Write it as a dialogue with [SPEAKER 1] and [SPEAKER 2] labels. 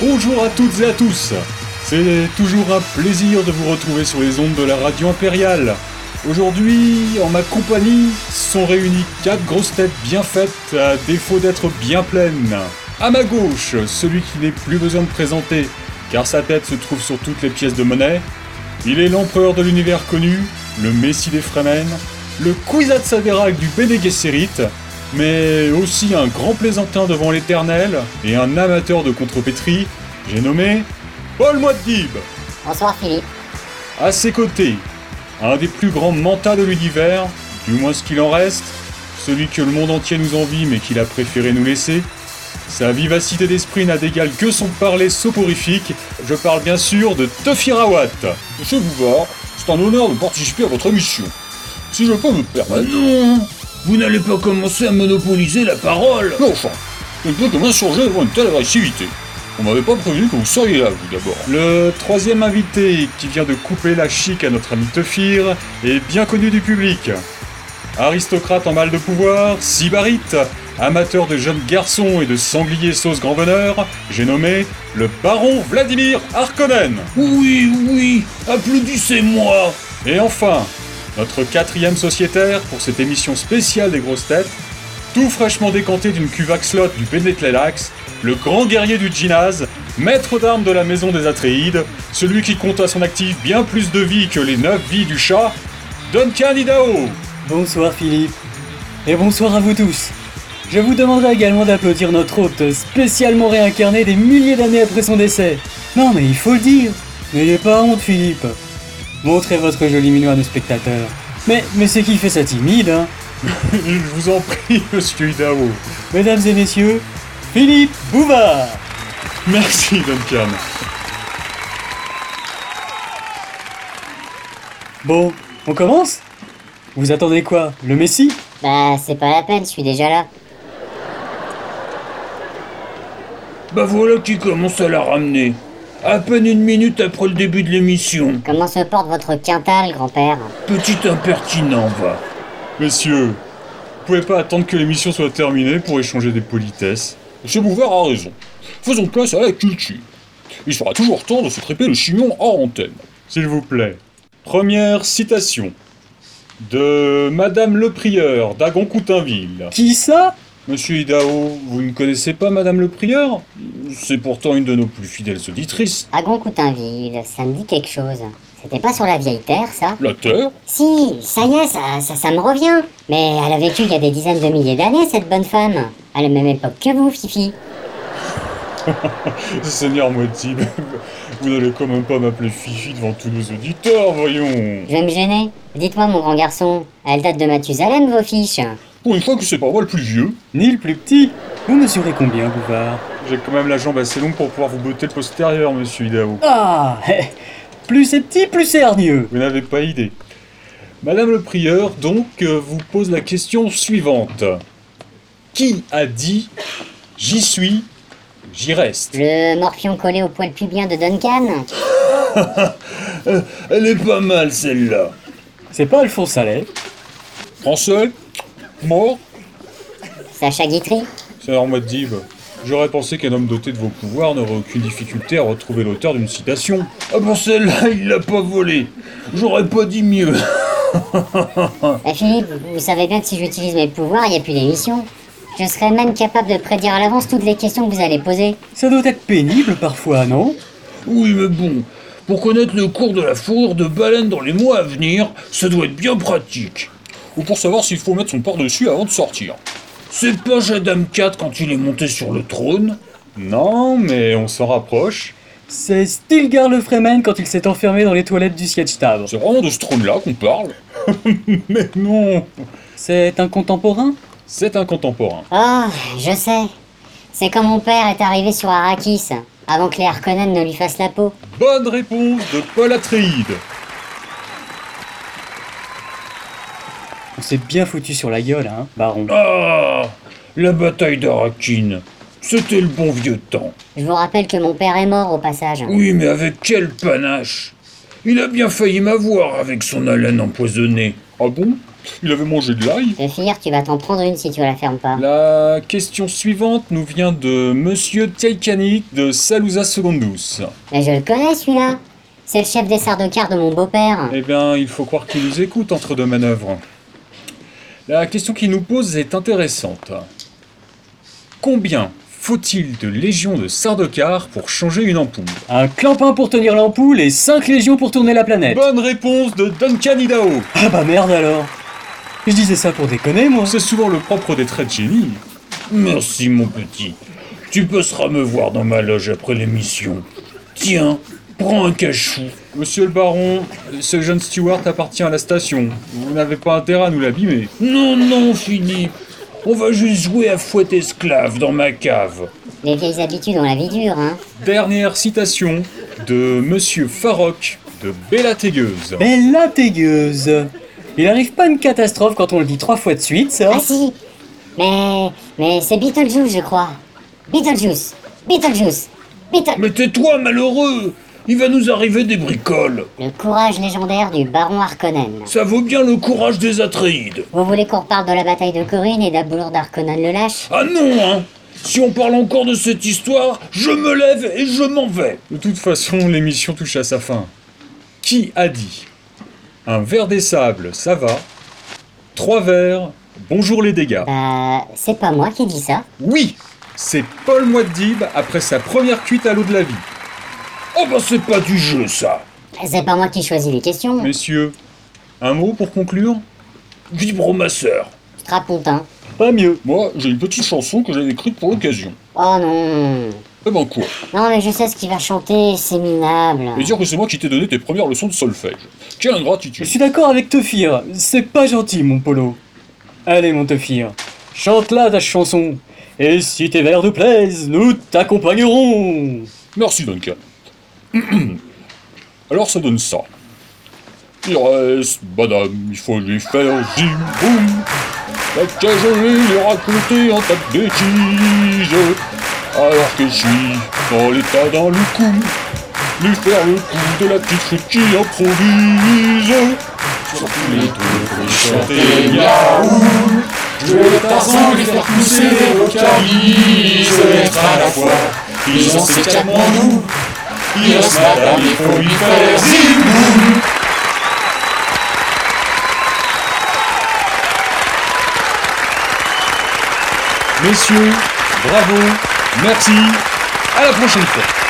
[SPEAKER 1] Bonjour à toutes et à tous C'est toujours un plaisir de vous retrouver sur les ondes de la radio impériale. Aujourd'hui, en ma compagnie, sont réunies quatre grosses têtes bien faites, à défaut d'être bien pleines. À ma gauche, celui qui n'est plus besoin de présenter, car sa tête se trouve sur toutes les pièces de monnaie. Il est l'empereur de l'univers connu, le Messie des Fremen, le Kwisatz Haderach du Bene Gesserit, mais aussi un grand plaisantin devant l'éternel et un amateur de contrepétrie, j'ai nommé Paul Moitdib.
[SPEAKER 2] Bonsoir Philippe.
[SPEAKER 1] À ses côtés, un des plus grands mentats de l'univers, du moins ce qu'il en reste, celui que le monde entier nous envie mais qu'il a préféré nous laisser. Sa vivacité d'esprit n'a d'égal que son parler soporifique. Je parle bien sûr de Tuffy Rawat.
[SPEAKER 3] Monsieur Bouvard, c'est un honneur de participer à votre émission. Si je peux me permettre.
[SPEAKER 4] Ah non Vous n'allez pas commencer à monopoliser la parole
[SPEAKER 3] Mais enfin, je ne peux que m'insurger devant une telle agressivité. On m'avait pas prévenu que vous seriez là, vous d'abord.
[SPEAKER 1] Le troisième invité qui vient de couper la chic à notre ami Teufir est bien connu du public. Aristocrate en mal de pouvoir, sybarite, amateur de jeunes garçons et de sangliers sauce grand bonheur, j'ai nommé le baron Vladimir Harkonnen.
[SPEAKER 4] Oui, oui, applaudissez-moi
[SPEAKER 1] Et enfin, notre quatrième sociétaire pour cette émission spéciale des grosses têtes, tout fraîchement décanté d'une cuve Axlot du Benetlelax, le grand guerrier du Ginaz, maître d'armes de la maison des Atréides, celui qui compte à son actif bien plus de vies que les 9 vies du chat, Duncan Idaho
[SPEAKER 5] Bonsoir Philippe, et bonsoir à vous tous. Je vous demanderai également d'applaudir notre hôte spécialement réincarné des milliers d'années après son décès. Non mais il faut le dire, n'ayez pas honte Philippe. Montrez votre jolie mine à nos spectateurs. Mais, mais c'est qui fait ça timide, hein
[SPEAKER 1] Je vous en prie, monsieur Idaho.
[SPEAKER 5] Mesdames et messieurs, Philippe Bouvard
[SPEAKER 1] Merci, Duncan.
[SPEAKER 5] Bon, on commence Vous attendez quoi Le Messie
[SPEAKER 2] Bah c'est pas la peine, je suis déjà là.
[SPEAKER 4] Bah voilà qui commence à la ramener. À peine une minute après le début de l'émission.
[SPEAKER 2] Comment se porte votre quintal, grand-père
[SPEAKER 4] Petit impertinent, va.
[SPEAKER 1] Messieurs, vous pouvez pas attendre que l'émission soit terminée pour échanger des politesses.
[SPEAKER 3] Monsieur Bouvard a raison. Faisons place à la culture. Il sera toujours temps de se triper le chignon hors antenne.
[SPEAKER 1] S'il vous plaît. Première citation de Madame Le Prieur d'Agon-Coutainville.
[SPEAKER 5] Qui ça
[SPEAKER 1] Monsieur Idaho, vous ne connaissez pas Madame Le Prieur
[SPEAKER 3] C'est pourtant une de nos plus fidèles auditrices.
[SPEAKER 2] À Goncoutainville, ça me dit quelque chose. C'était pas sur la vieille terre, ça
[SPEAKER 3] La Terre
[SPEAKER 2] Si, ça y est, ça, ça, ça me revient. Mais elle a vécu il y a des dizaines de milliers d'années, cette bonne femme. À la même époque que vous, Fifi.
[SPEAKER 1] Seigneur Moitib, vous n'allez quand même pas m'appeler Fifi devant tous nos auditeurs, voyons
[SPEAKER 2] Je vais me gêner. Dites-moi, mon grand garçon, elle date de Mathusalem, vos fiches
[SPEAKER 3] Pour une fois que c'est pas moi le plus vieux.
[SPEAKER 5] Ni le plus petit Vous mesurez combien, Bouvard
[SPEAKER 1] J'ai quand même la jambe assez longue pour pouvoir vous botter le postérieur, monsieur Idaho.
[SPEAKER 5] Ah Plus c'est petit, plus c'est hargneux
[SPEAKER 1] Vous n'avez pas idée. Madame le prieur, donc, euh, vous pose la question suivante. Qui a dit « J'y suis, j'y reste
[SPEAKER 2] Le morpion collé au poil pubien de Duncan
[SPEAKER 4] Elle est pas mal, celle-là.
[SPEAKER 5] C'est pas Alphonse Allais
[SPEAKER 3] Français Mort
[SPEAKER 2] Sacha Guitry
[SPEAKER 1] Seigneur Moitib, j'aurais pensé qu'un homme doté de vos pouvoirs n'aurait aucune difficulté à retrouver l'auteur d'une citation.
[SPEAKER 4] Ah bon, celle-là, il l'a pas volée. J'aurais pas dit mieux.
[SPEAKER 2] Eh, Philippe, vous savez bien que si j'utilise mes pouvoirs, il n'y a plus d'émission. Je serais même capable de prédire à l'avance toutes les questions que vous allez poser.
[SPEAKER 5] Ça doit être pénible parfois, non
[SPEAKER 4] Oui, mais bon, pour connaître le cours de la fourrure de baleine dans les mois à venir, ça doit être bien pratique.
[SPEAKER 3] Ou pour savoir s'il faut mettre son par-dessus avant de sortir.
[SPEAKER 4] C'est pas Jadam 4 quand il est monté sur le trône
[SPEAKER 1] Non, mais on s'en rapproche.
[SPEAKER 5] C'est Stilgar le Fremen quand il s'est enfermé dans les toilettes du siège Tabre.
[SPEAKER 3] C'est vraiment de ce trône-là qu'on parle.
[SPEAKER 1] Mais non
[SPEAKER 5] C'est un contemporain
[SPEAKER 1] C'est un contemporain.
[SPEAKER 2] Ah, je sais. C'est quand mon père est arrivé sur Arrakis, avant que les Harkonnen ne lui fassent la peau.
[SPEAKER 1] Bonne réponse de Paul Atreides.
[SPEAKER 5] On s'est bien foutu sur la gueule, hein, Baron.
[SPEAKER 4] Ah La bataille d'Arakine C'était le bon vieux temps.
[SPEAKER 2] Je vous rappelle que mon père est mort au passage.
[SPEAKER 4] Oui, mais avec quel panache Il a bien failli m'avoir avec son haleine empoisonnée.
[SPEAKER 3] Ah bon Il avait mangé de l'ail
[SPEAKER 2] De finir, tu vas t'en prendre une si tu la fermes pas.
[SPEAKER 1] La question suivante nous vient de Monsieur Taikanik de Salusa Secondus.
[SPEAKER 2] Mais je le connais celui-là C'est le chef des sardocars de mon beau-père
[SPEAKER 1] Eh bien, il faut croire qu'il nous écoute entre deux manœuvres. La question qu'il nous pose est intéressante. Combien faut-il de légions de Sardaukar pour changer une ampoule
[SPEAKER 5] Un clampin pour tenir l'ampoule et 5 légions pour tourner la planète.
[SPEAKER 1] Bonne réponse de Duncan Idaho
[SPEAKER 5] Ah bah merde alors Je disais ça pour déconner moi.
[SPEAKER 1] C'est souvent le propre des traits de génie.
[SPEAKER 4] Merci, mon petit. Tu passeras me voir dans ma loge après l'émission. Tiens, prends un cachou.
[SPEAKER 1] Monsieur le baron, ce jeune steward appartient à la station. Vous n'avez pas intérêt à nous l'abîmer.
[SPEAKER 4] Non, non, Philippe. On va juste jouer à fouette esclave dans ma cave.
[SPEAKER 2] Les vieilles habitudes ont la vie dure, hein
[SPEAKER 1] Dernière citation de Monsieur Farrock de Bella Tégueuse.
[SPEAKER 5] Mais la tégueuse Il arrive pas une catastrophe quand on le dit trois fois de suite, ça
[SPEAKER 2] Ah si Mais... mais c'est Beetlejuice, je crois. Beetlejuice Beetlejuice Beetle...
[SPEAKER 4] Mais tais-toi, malheureux Il va nous arriver des bricoles.
[SPEAKER 2] Le courage légendaire du baron Harkonnen.
[SPEAKER 4] Ça vaut bien le courage des Atréides.
[SPEAKER 2] Vous voulez qu'on reparle de la bataille de Corinne et de la boulure d'Harkonnen le lâche
[SPEAKER 4] Ah non, hein Si on parle encore de cette histoire, je me lève et je m'en vais.
[SPEAKER 1] De toute façon, l'émission touche à sa fin. Qui a dit Un verre des sables, ça va. Trois verres, bonjour les dégâts.
[SPEAKER 2] Bah... c'est pas moi qui dis ça.
[SPEAKER 1] Oui C'est Paul Moitdib après sa première cuite à l'eau de la vie.
[SPEAKER 4] Oh bah c'est pas du jeu, ça
[SPEAKER 2] C'est pas moi qui choisis les questions.
[SPEAKER 1] Messieurs, un mot pour conclure
[SPEAKER 4] Vibre ma sœur.
[SPEAKER 2] Strapontin.
[SPEAKER 5] Pas mieux.
[SPEAKER 3] Moi, j'ai une petite chanson que j'ai écrite pour l'occasion.
[SPEAKER 2] Oh non
[SPEAKER 3] Eh ben quoi
[SPEAKER 2] Non mais je sais ce qu'il va chanter, c'est minable.
[SPEAKER 3] Et dire que c'est moi qui t'ai donné tes premières leçons de solfège. Quelle
[SPEAKER 5] Je
[SPEAKER 3] ingratitude
[SPEAKER 5] suis d'accord avec Tofir, c'est pas gentil mon polo. Allez mon Tofir, chante là ta chanson. Et si tes vers te plaisent, nous t'accompagnerons
[SPEAKER 3] Merci Duncan. Alors ça donne ça. Il reste, madame, il faut lui faire zim boum. La cajoler, lui raconter un tas de bêtises. Alors que je suis dans l'état dans le coup. Lui faire le coup de la petite chute qui improvise. Sur tous les tours, chanter yaou. Je vais
[SPEAKER 6] Tarzan les faire pousser les vocalises, être à la fois. Ils ont ces quatre nous. Ils ont ce matin, il faut lui faire zigou.
[SPEAKER 1] Messieurs, bravo, merci, à la prochaine fois